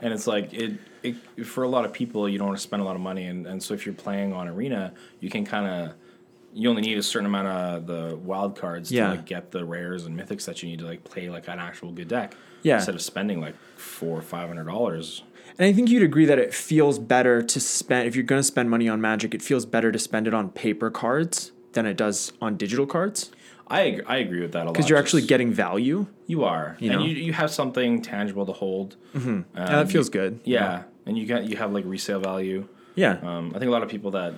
and it's like it, it for a lot of people you don't want to spend a lot of money and, and so if you're playing on arena you can kind of you only need a certain amount of the wild cards
Yeah.
to like get the rares and mythics that you need to like play like an actual good deck
Yeah.
instead of spending like four or five hundred dollars
And I think you'd agree that it feels better to spend if you're going to spend money on magic, it feels better to spend it on paper cards than it does on digital cards
I, ag- I agree with that a lot
because you're actually
Just-
getting value.
you are and
know? Mm-hmm.
you, you have something tangible to hold
Yeah,
Um,
that feels good.
yeah and you got you have like resale value
Yeah.
Um, I think a lot of people that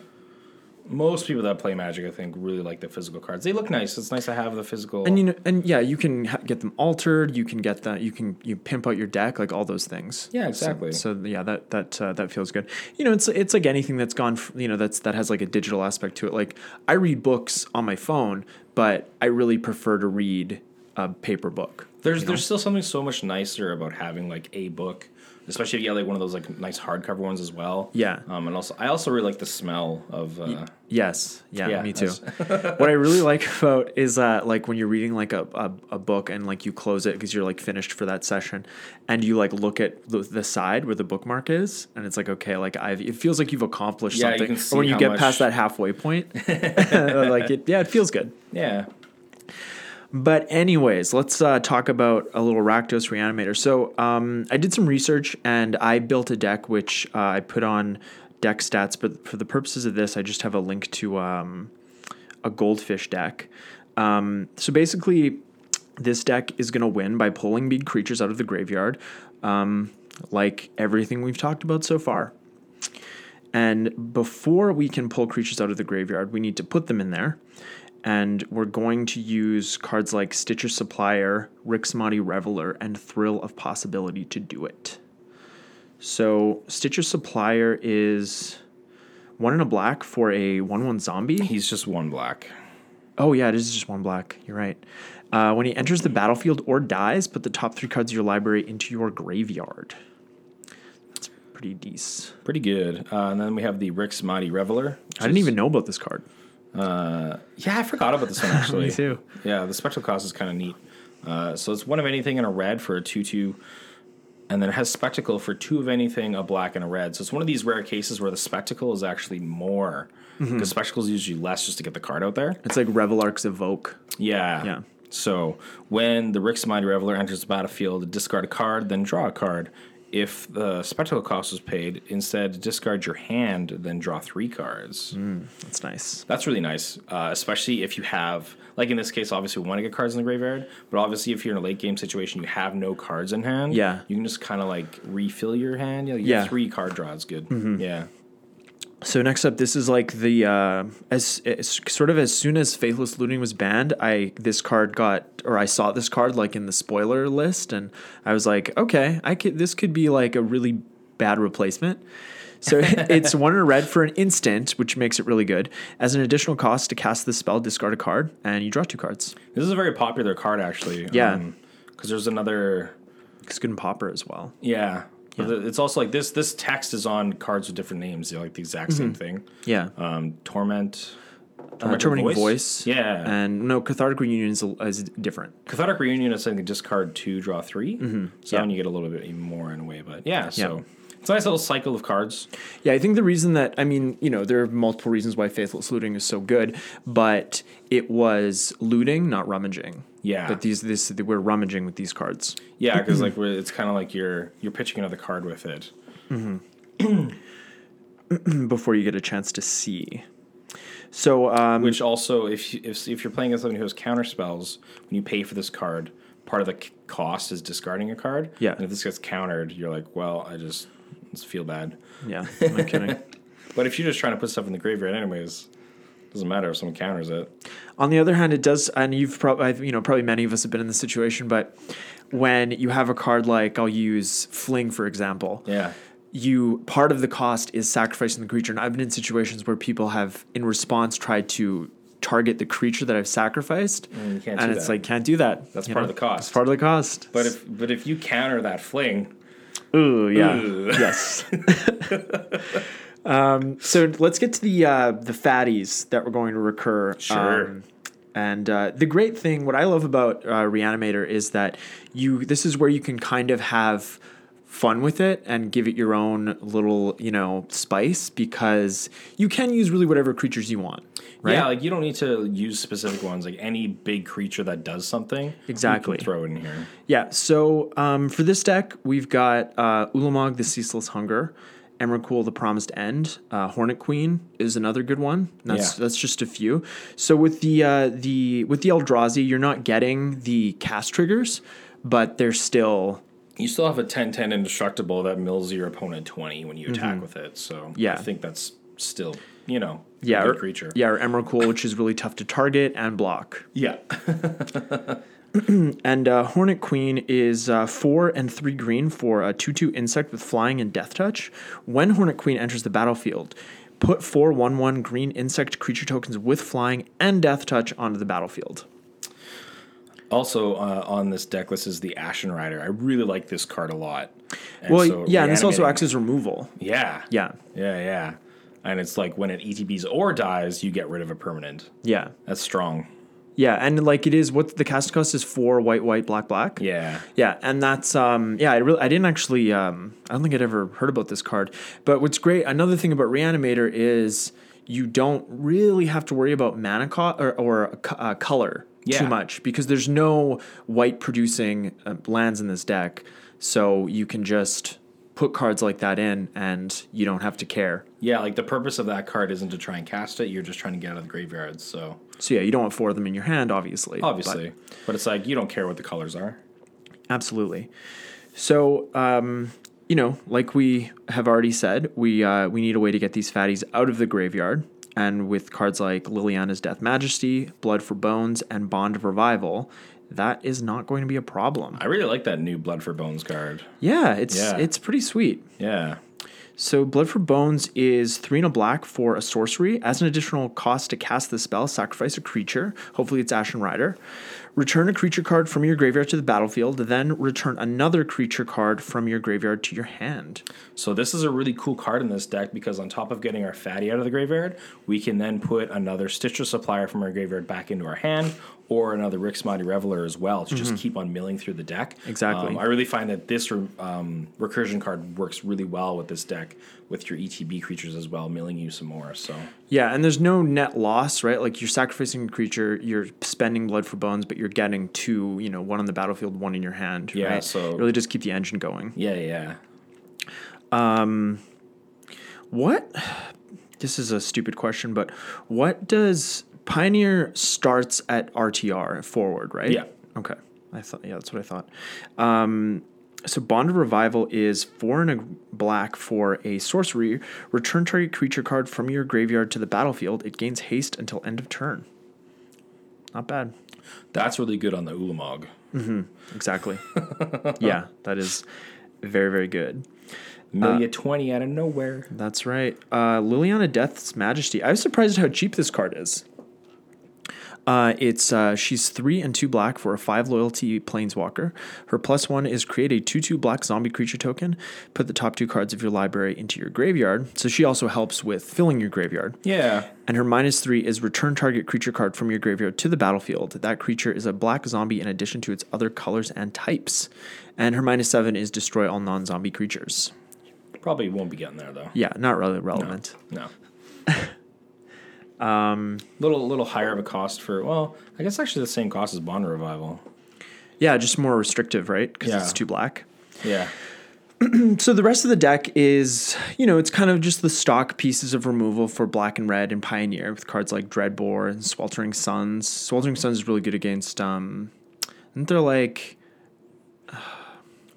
most people that play Magic, I think, really like the physical cards. They look nice. It's nice to have the physical.
And you know, and yeah, you can ha- get them altered. You can get that. You can you pimp out your deck, like all those things.
Yeah,
So-
exactly.
So, yeah, that that uh, that feels good. You know, it's it's like anything that's gone. f you know, that's that has like a digital aspect to it. Like I read books on my phone, but I really prefer to read a paper book.
there's there's still something so much nicer about having like a book, especially if you get like one of those like nice hardcover ones as well.
Yeah.
Um, and also I also really like the smell of. Uh,
Yes. Yeah,
Yeah,
me too. what I really like about is uh, like when you're reading like a, a, a book and like you close it because you're like finished for that session and you like look at the, the side where the bookmark is and it's like, okay, like I've, it feels like you've accomplished
Yeah, you
something.
can see
or when you
how
get
much-
past that halfway point, like it, yeah, it feels good.
yeah.
But anyways, let's uh, talk about a little Rakdos Reanimator. So um, I did some research and I built a deck which uh, I put on deck stats. But for the purposes of this, I just have a link to um, a goldfish deck. Um, so basically, this deck is going to win by pulling big creatures out of the graveyard, um, like everything we've talked about so far. And before we can pull creatures out of the graveyard, we need to put them in there. And we're going to use cards like Stitcher Supplier, Rixmati Reveler, and Thrill of Possibility to do it. So Stitcher Supplier is one in a black for a one-one zombie.
He's just one black.
Oh yeah, it is just one black. You're right. Uh, when he enters the battlefield or dies, put the top three cards of your library into your graveyard. That's pretty decent.
Pretty good. Uh, and then we have the Rick's Mighty Reveler. which
I didn't
is-
even know about this card.
Uh, yeah, I forgot about this one actually.
Me too.
Yeah, the special cost is kind of neat. Uh, so it's one of anything and a red for a two-two, and then it has spectacle for two of anything, a black and a red. So it's one of these rare cases where the spectacle is actually more because spectacle is usually less just to get the card out there.
It's like Revelark's Evoke.
Yeah.
Yeah.
So when the Rick's Mighty Reveler enters the battlefield, discard a card, then draw a card. If the spectacle cost was paid, instead discard your hand, then draw three cards.
That's nice.
That's really nice, uh, especially if you have, like in this case, obviously we want to get cards in the graveyard, but obviously if you're in a late game situation, you have no cards in hand.
Yeah.
you can just kind of like refill your hand. You know,
Yeah. Mm-hmm.
yeah, three card draws good. Yeah,
So next up, this is like the uh, as, as sort of as soon as Faithless Looting was banned, I this card got or I saw this card like in the spoiler list, and I was like, okay, I could this could be like a really bad replacement. So it's one in a red for an instant, which makes it really good. As an additional cost to cast this spell, discard a card, and you draw two cards.
this is a very popular card actually.
Yeah.
because there's another.
It's good in Popper as well.
Yeah, But the- it's also like this. This text is on cards with different names. You know, like the exact same thing.
Yeah.
Um, torment.
Mm-hmm. Uh,
Tormented
Terminating voice.
Yeah.
And no, Cathartic Reunion is, is different.
Cathartic Reunion is something discard two, draw 3 So then you get a little bit even more in a way, but yeah. So it's a nice little cycle of cards.
Yeah, I think the reason that I mean, you know, there are multiple reasons why faithless looting is so good, but it was looting, not rummaging.
Yeah.
That these this we're rummaging with these cards.
Yeah, because like we're- it's kind of like you're you're pitching another card with it.
before you get a chance to see. So um
Which also, if you- if if you're playing against someone who has counter spells, when you pay for this card, part of the c- cost is discarding a card.
Yeah.
And if this gets countered, you're like, well, I just, just feel bad.
yeah, no kidding.
But if you're just trying to put stuff in the graveyard, anyways, doesn't matter if someone counters it.
On the other hand, it does, and you've probably, you know, probably many of us have been in this situation, but when you have a card like I'll use Fling for example,
Yeah.
you part of the cost is sacrificing the creature. And I've been in situations where people have, in response, tried to target the creature that I've sacrificed,
Mm, you can't
and
do
it's
that.
like can't do that.
That's
you
part of the cost.
That's part of the cost.
But if but if you counter that fling,
ooh, yeah,
Ooh.
yes. um, so let's get to the uh, the fatties that we're going to recur.
Sure.
Um, and uh, the great thing, what I love about uh, Reanimator is that you this is where you can kind of have fun with it and give it your own little you know spice because you can use really whatever creatures you want, right?
Yeah, like you don't need to use specific ones. Like any big creature that does something,
Exactly.
You can throw it in here.
Yeah. So um, for this deck, we've got uh, Ulamog, the Ceaseless Hunger, Emrakul, the Promised End, uh, Hornet Queen is another good one. That's
Yeah.
that's just a few. So with the uh, the with the Eldrazi, you're not getting the cast triggers, but they're still
You still have a 10-10 indestructible that mills your opponent twenty when you attack with it. So
Mm-hmm. Yeah.
I think that's still you know,
yeah,
good
or,
creature.
Yeah, or Emrakul, which is really tough to target and block.
Yeah.
And uh, Hornet Queen is uh, four and three green for a 2 2 insect with flying and death touch. When Hornet Queen enters the battlefield, put four 1 1 green insect creature tokens with flying and death touch onto the battlefield.
Also uh, on this deck list is the Ashen Rider. I really like this card a lot. And
well,
so
yeah, and this also
reanimating-
acts as removal.
Yeah.
Yeah,
Yeah, yeah. And it's like when it ETBs or dies, you get rid of a permanent.
yeah,
That's strong.
yeah. And like it is what the cast cost is four white, white, black, black.
Yeah.
Yeah, and that's um yeah, I really I didn't actually um I don't think I'd ever heard about this card. But what's great, another thing about Reanimator is you don't really have to worry about mana co- or, or uh, color
Yeah.
too much because there's no white producing uh, lands in this deck, so you can just put cards like that in and you don't have to care.
Yeah, like the purpose of that card isn't to try and cast it, you're just trying to get out of the graveyard. So
So yeah, you don't want four of them in your hand, obviously. but-
obviously. But, it's like you don't care what the colors are.
Absolutely. So, um, you know, like we have already said, we uh, we need a way to get these fatties out of the graveyard. And with cards like Liliana's Death Majesty, Blood for Bones, and Bond of Revival, that is not going to be a problem.
I really like that new Blood for Bones card.
Yeah, it's
Yeah.
it's pretty sweet.
Yeah.
So Blood for Bones is three and a black for a sorcery. As an additional cost to cast the spell, sacrifice a creature. Hopefully it's Ashen Rider. Return a creature card from your graveyard to the battlefield, then return another creature card from your graveyard to your hand.
So this is a really cool card in this deck because on top of getting our fatty out of the graveyard, we can then put another Stitcher Supplier from our graveyard back into our hand, or another Rixmati Reveler as well to just keep on milling through the deck.
Exactly.
Um, I really find that this um, recursion card works really well with this deck with your ETB creatures as well, milling you some more. So
Yeah, and there's no net loss, right? Like you're sacrificing a creature, you're spending blood for bones, but you're getting two, you know, one on the battlefield, one in your hand.
Yeah,
right?
so-
really just keep the engine going.
yeah, yeah,
What? This is a stupid question, but what does Pioneer starts at RTR forward, right?
Yeah.
Okay. I thought yeah, that's what I thought. Um, so Bond of Revival is four and a black for a sorcery. Return target creature card from your graveyard to the battlefield. It gains haste until end of turn. Not bad.
that's really good on the Ulamog.
Exactly. yeah, that is very very good.
Mill you twenty out of nowhere.
That's right. Uh, Liliana Death's Majesty. I was surprised at how cheap this card is. Uh, it's uh, she's three and two black for a five loyalty planeswalker. Her plus one is create a two two black zombie creature token. Put the top two cards of your library into your graveyard. So she also helps with filling your graveyard.
Yeah,
And her minus three is return target creature card from your graveyard to the battlefield. That creature is a black zombie in addition to its other colors and types. And her minus seven is destroy all non zombie creatures.
probably won't be getting there though.
Yeah, not really relevant.
No. um,
Um,
little little higher of a cost for well, I guess actually the same cost as Bond Revival.
Yeah, just more restrictive, right? Because
Yeah.
it's too black.
Yeah,
So the rest of the deck is, you know, it's kind of just the stock pieces of removal for black and red and pioneer with cards like Dreadbore and Sweltering Suns. Sweltering Suns is really good against um and they're like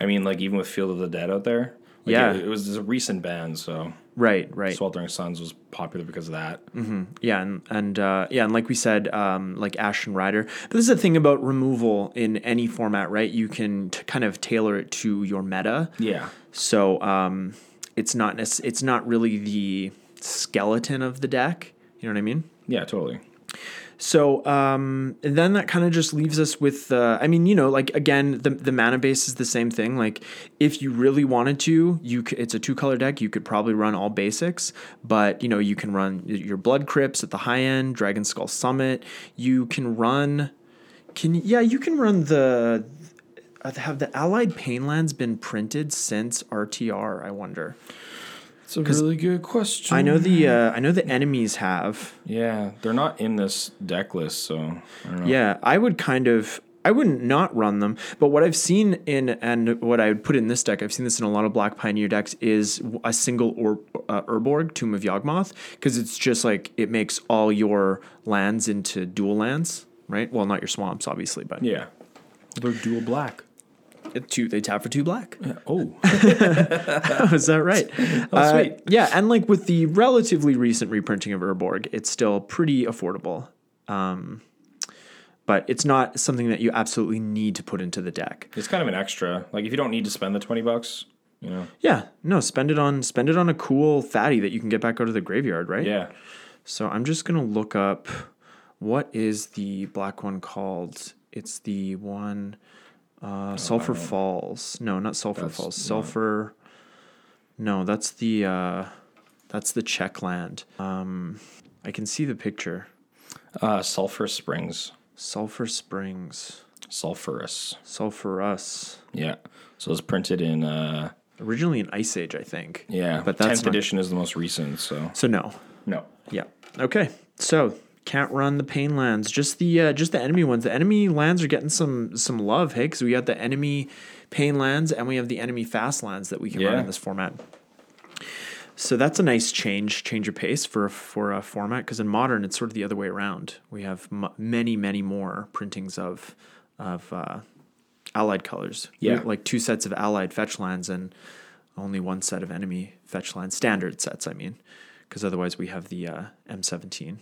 I mean like even with Field of the Dead out there. Like
Yeah.
it, it was a recent ban, so
right, right. Mm-hmm.
Sweltering Suns was popular because of that.
Yeah, and and uh, yeah, and like we said, um, like Ashen Rider. But this is the thing about removal in any format, right? You can t- kind of tailor it to your meta.
Yeah,
So um, it's not nec- it's not really the skeleton of the deck. You know what I mean?
yeah, totally.
So um, and then that kind of just leaves us with, uh, I mean, you know, like again, the the mana base is the same thing. Like if you really wanted to, you c- it's a two color deck. You could probably run all basics, but you know, you can run y- your Blood Crypts at the high end, Dragon Skull Summit. You can run, can yeah, you can run the. uh, Have the Allied Painlands been printed since RTR? I wonder.
It's a really good question.
I know the uh, I know the enemies have.
Yeah, they're not in this deck list, so I don't know.
Yeah, I would kind of. I wouldn't not run them, but what I've seen in and what I would put in this deck, I've seen this in a lot of Black Pioneer decks, is a single or, uh, Urborg, Tomb of Yawgmoth, because it's just like it makes all your lands into dual lands, right? Well, not your swamps, obviously, but
yeah, they're dual black.
Two, they tap for two black.
Oh,
Is that right? Uh,
sweet.
Yeah, and like with the relatively recent reprinting of Urborg, it's still pretty affordable. Um, but it's not something that you absolutely need to put into the deck.
it's kind of an extra. Like if you don't need to spend the twenty bucks, you know.
Yeah, no, spend it on spend it on a cool fatty that you can get back out of the graveyard, right?
Yeah.
So I'm just gonna look up what is the black one called? It's the one uh, Sulphur Falls. No, not Sulphur
That's
Falls.
not-
Sulphur. No, that's the uh, that's the Czech land. Um, I can see the picture.
Uh, sulfur springs,
Sulphur Springs,
sulfurous.
Sulphurus.
Yeah. So it's printed in. Uh,
Originally an Ice Age, I think.
yeah.
but that's
10th
not-
edition is the most recent. So
So no,
no.
Yeah. Okay. So can't run the pain lands. Just the uh, just the enemy ones. The enemy lands are getting some some love, hey, because we got the enemy pain lands and we have the enemy fast lands that we can run
Yeah.
in this format. So that's a nice change, change of pace for for a format. Because in modern, it's sort of the other way around. We have m- many, many more printings of of uh, allied colors. We
Yeah.
have, like two sets of allied fetch lands and only one set of enemy fetch lands. Standard sets, I mean, because otherwise we have the uh, M17,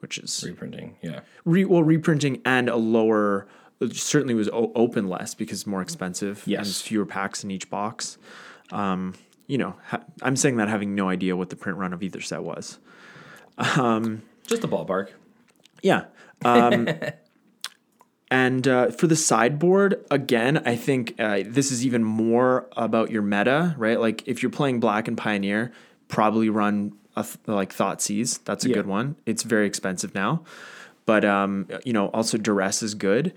which is
Reprinting. Yeah.
re- well reprinting and a lower. it Certainly was o- open less because more expensive. and
Yes.
there's fewer packs in each box. Um, you know, ha- I'm saying that having no idea what the print run of either set was.
Just a ballpark.
Yeah. Um, and uh, for the sideboard, again, I think uh, this is even more about your meta, right? Like if you're playing Black and Pioneer, probably run a th- like Thought Seize. That's a
Yeah.
good one. It's very expensive now, but um, you know, also Duress is good.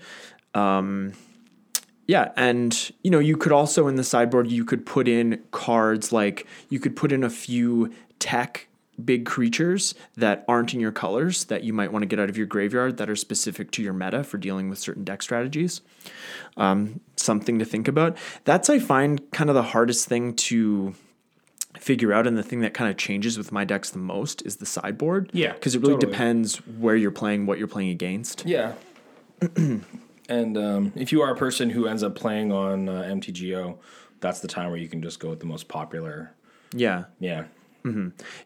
Yeah, and you know, you could also in the sideboard you could put in cards like you could put in a few tech big creatures that aren't in your colors that you might want to get out of your graveyard that are specific to your meta for dealing with certain deck strategies. Um, something to think about. That's I find kind of the hardest thing to figure out and the thing that kind of changes with my decks the most is the sideboard.
Yeah,
Because it really
totally.
depends where you're playing, what you're playing against.
Yeah. and um, if you are a person who ends up playing on uh, MTGO, that's the time where you can just go with the most popular.
Yeah.
Yeah.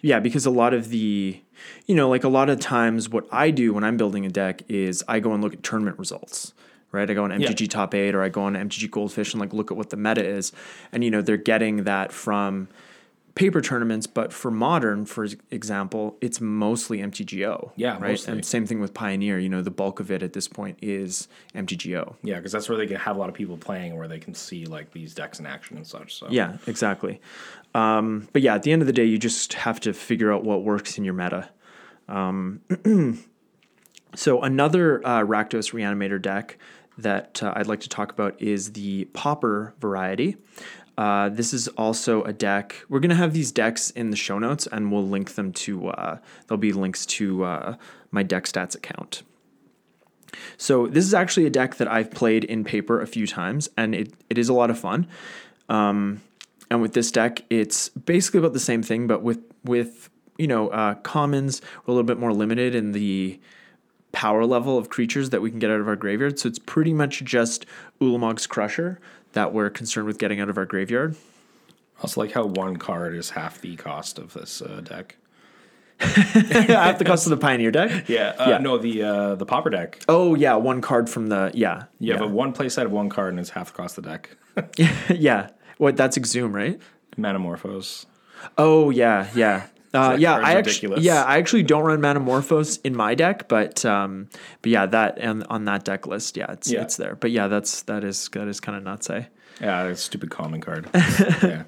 Yeah, because a lot of the, you know, like a lot of times what I do when I'm building a deck is I go and look at tournament results, right? I go on MTG Top 8 or I go on MTG Goldfish and like look at what the meta is. And, you know, they're getting that from paper tournaments. But for modern, for example, it's mostly MTGO.
Yeah,
right.
mostly.
And same thing with Pioneer. You know, the bulk of it at this point is MTGO.
Yeah, because that's where they can have a lot of people playing, where they can see like these decks in action and such. So
Yeah, exactly. Um, but yeah, at the end of the day, you just have to figure out what works in your meta. Um, so another uh, Rakdos Reanimator deck that uh, I'd like to talk about is the Popper variety. Uh, this is also a deck. We're gonna have these decks in the show notes, and we'll link them to. Uh, there'll be links to uh, my deck stats account. So this is actually a deck that I've played in paper a few times, and it, it is a lot of fun. Um, and with this deck, it's basically about the same thing, but with with you know uh, commons, we're a little bit more limited in the power level of creatures that we can get out of our graveyard. So it's pretty much just Ulamog's Crusher that we're concerned with getting out of our graveyard.
also like how one card is half the cost of this uh, deck.
At the cost of the Pioneer deck.
Yeah, uh,
Yeah.
no, the uh, the popper deck.
Oh yeah, one card from the yeah
You have a one play set of one card, and it's half the cost of the deck.
yeah. What that's Exhume, right?
Metamorphose.
Oh yeah, yeah. Uh,
That
yeah,
card's
I actually,
ridiculous.
yeah, I actually don't run Metamorphose in my deck, but um, but yeah, that and on that deck list, yeah, it's
Yeah.
it's there. But yeah, that's that is that is kind of nuts. Eh?
Yeah, it's a stupid common card. yeah.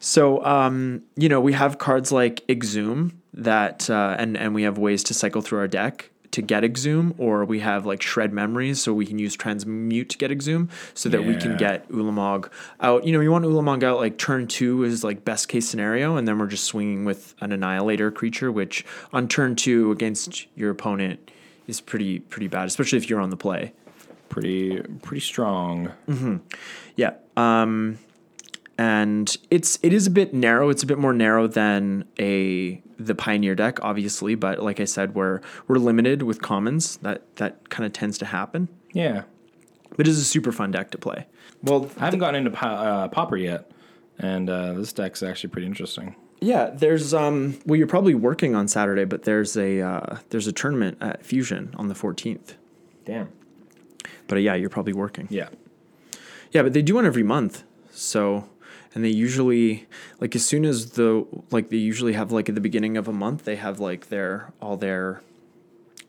So um, you know, we have cards like Exhume that, uh, and and we have ways to cycle through our deck to get Exhume, or we have like Shred Memories, so we can use Transmute to get Exhume, so that we can
Yeah.
get Ulamog out. You know, you want Ulamog out like turn two is like best case scenario, and then we're just swinging with an Annihilator creature, which on turn two against your opponent is pretty pretty bad, especially if you're on the play.
Pretty pretty strong.
Yeah. Um, and it's it is a bit narrow. It's a bit more narrow than a the pioneer deck, obviously. But like I said, we're we're limited with commons. That that kind of tends to happen.
Yeah.
But it is a super fun deck to play. Well,
I haven't gotten into po- uh, Popper yet, and uh, this deck's actually pretty interesting.
yeah, there's um well you're probably working on Saturday, but there's a uh, there's a tournament at Fusion on the 14th.
Damn.
But uh, yeah, you're probably working.
Yeah.
Yeah, but they do one every month. So, and they usually like as soon as the like they usually have like at the beginning of a month they have like their all their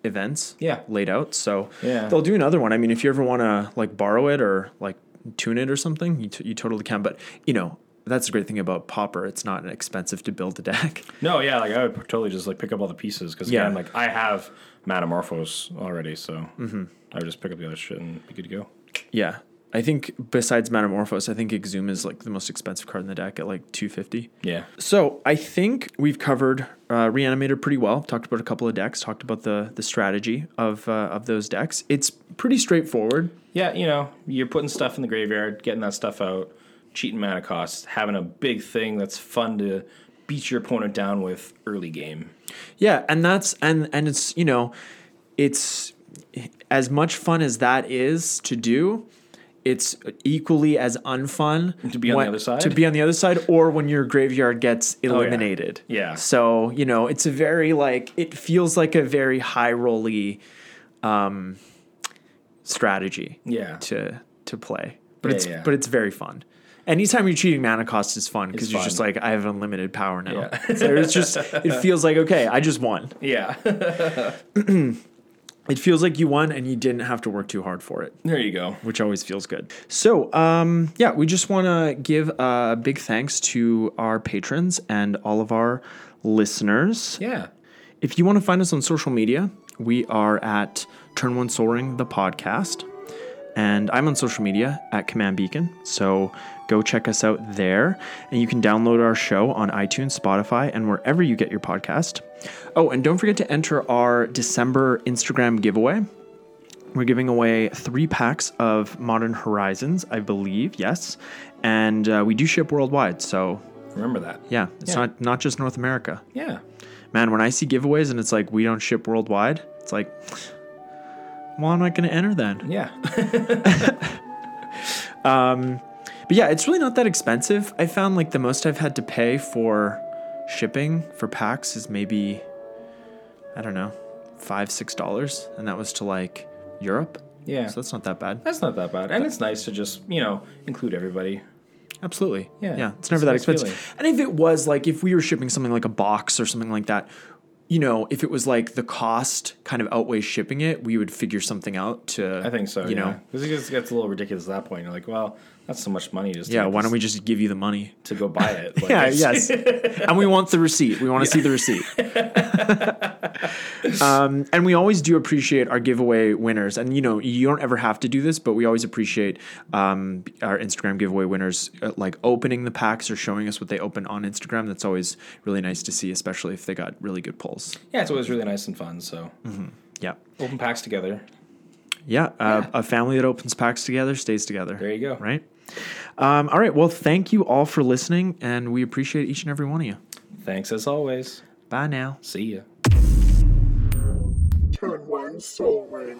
events
Yeah.
laid out. So
Yeah.
they'll do another one. I mean, if you ever want to like borrow it or like tune it or something, you t- you totally can. But you know. That's the great thing about Popper. It's not expensive to build a deck.
No, yeah, like I would totally just like pick up all the pieces because
Yeah.
again, like I have Metamorphose already, so I would just pick up the other shit and be good to go.
Yeah. I think besides Metamorphose, I think Exhum is like the most expensive card in the deck at like 250.
Yeah.
So I think we've covered uh, Reanimator pretty well. Talked about a couple of decks. Talked about the the strategy of uh, of those decks. It's pretty straightforward.
Yeah, you know, you're putting stuff in the graveyard, getting that stuff out, cheating mana costs, having a big thing that's fun to beat your opponent down with early game.
Yeah, and that's and and it's you know, it's as much fun as that is to do. It's equally as unfun
To be on the other side? Oh,
To be on the other side, or when your graveyard gets eliminated.
Yeah.
So you know, it's a very like it feels like a very high rolly, um, strategy.
Yeah.
to to play. But
Yeah,
it's
yeah.
but it's very fun. Anytime you're cheating mana cost is fun because
It's
you're
fun.
just like I have unlimited power now.
Yeah.
so it's just it feels like okay, I just won.
Yeah.
It feels like you won and you didn't have to work too hard for it,
there you go.
which always feels good. So, um, yeah, we just want to give a big thanks to our patrons and all of our listeners.
Yeah.
If you want to find us on social media, we are at Turn One Soaring, the podcast. And I'm on social media at Command Beacon. So go check us out there. And you can download our show on iTunes, Spotify, and wherever you get your podcast. Oh, and don't forget to enter our December Instagram giveaway. We're giving away three packs of Modern Horizons, I believe. Yes. And uh, we do ship worldwide. So
Remember that.
yeah, it's
Yeah.
Not, not just North America
Yeah.
man, when I see giveaways and it's like we don't ship worldwide, it's like, well, I'm not going to enter then.
Yeah.
But yeah, it's really not that expensive. I found like the most I've had to pay for shipping for packs is maybe, I don't know, five, six dollars, and that was to like Europe.
Yeah.
So that's not that bad.
That's not that bad. And it's nice to just, you know, include everybody.
Absolutely.
Yeah.
Yeah. It's
It's
never
a
that
nice
expensive.
feeling.
And if it was like if we were shipping something like a box or something like that, you know, if it was like the cost kind of outweighs shipping it, we would figure something out to
I think so.
You know.
because it gets, gets a little ridiculous at that point. You're like, well, that's so much money just to
Yeah,
get
why
this-
don't we just give you the money?
to go buy it? Like,
Yeah, yes.
it's-
and we want the receipt. We want to see the receipt. um, and we always do appreciate our giveaway winners. And you know, you don't ever have to do this, but we always appreciate um, our Instagram giveaway winners uh, like opening the packs or showing us what they open on Instagram. That's always really nice to see, especially if they got really good polls.
yeah, it's always really nice and fun. So
Mm-hmm. Yeah.
open packs together.
Yeah, uh, a family that opens packs together stays together.
There you go.
Right? Um, all right. Well, thank you all for listening, and we appreciate each and every one of you.
Thanks as always.
Bye now.
See ya.
Turn one soul ring.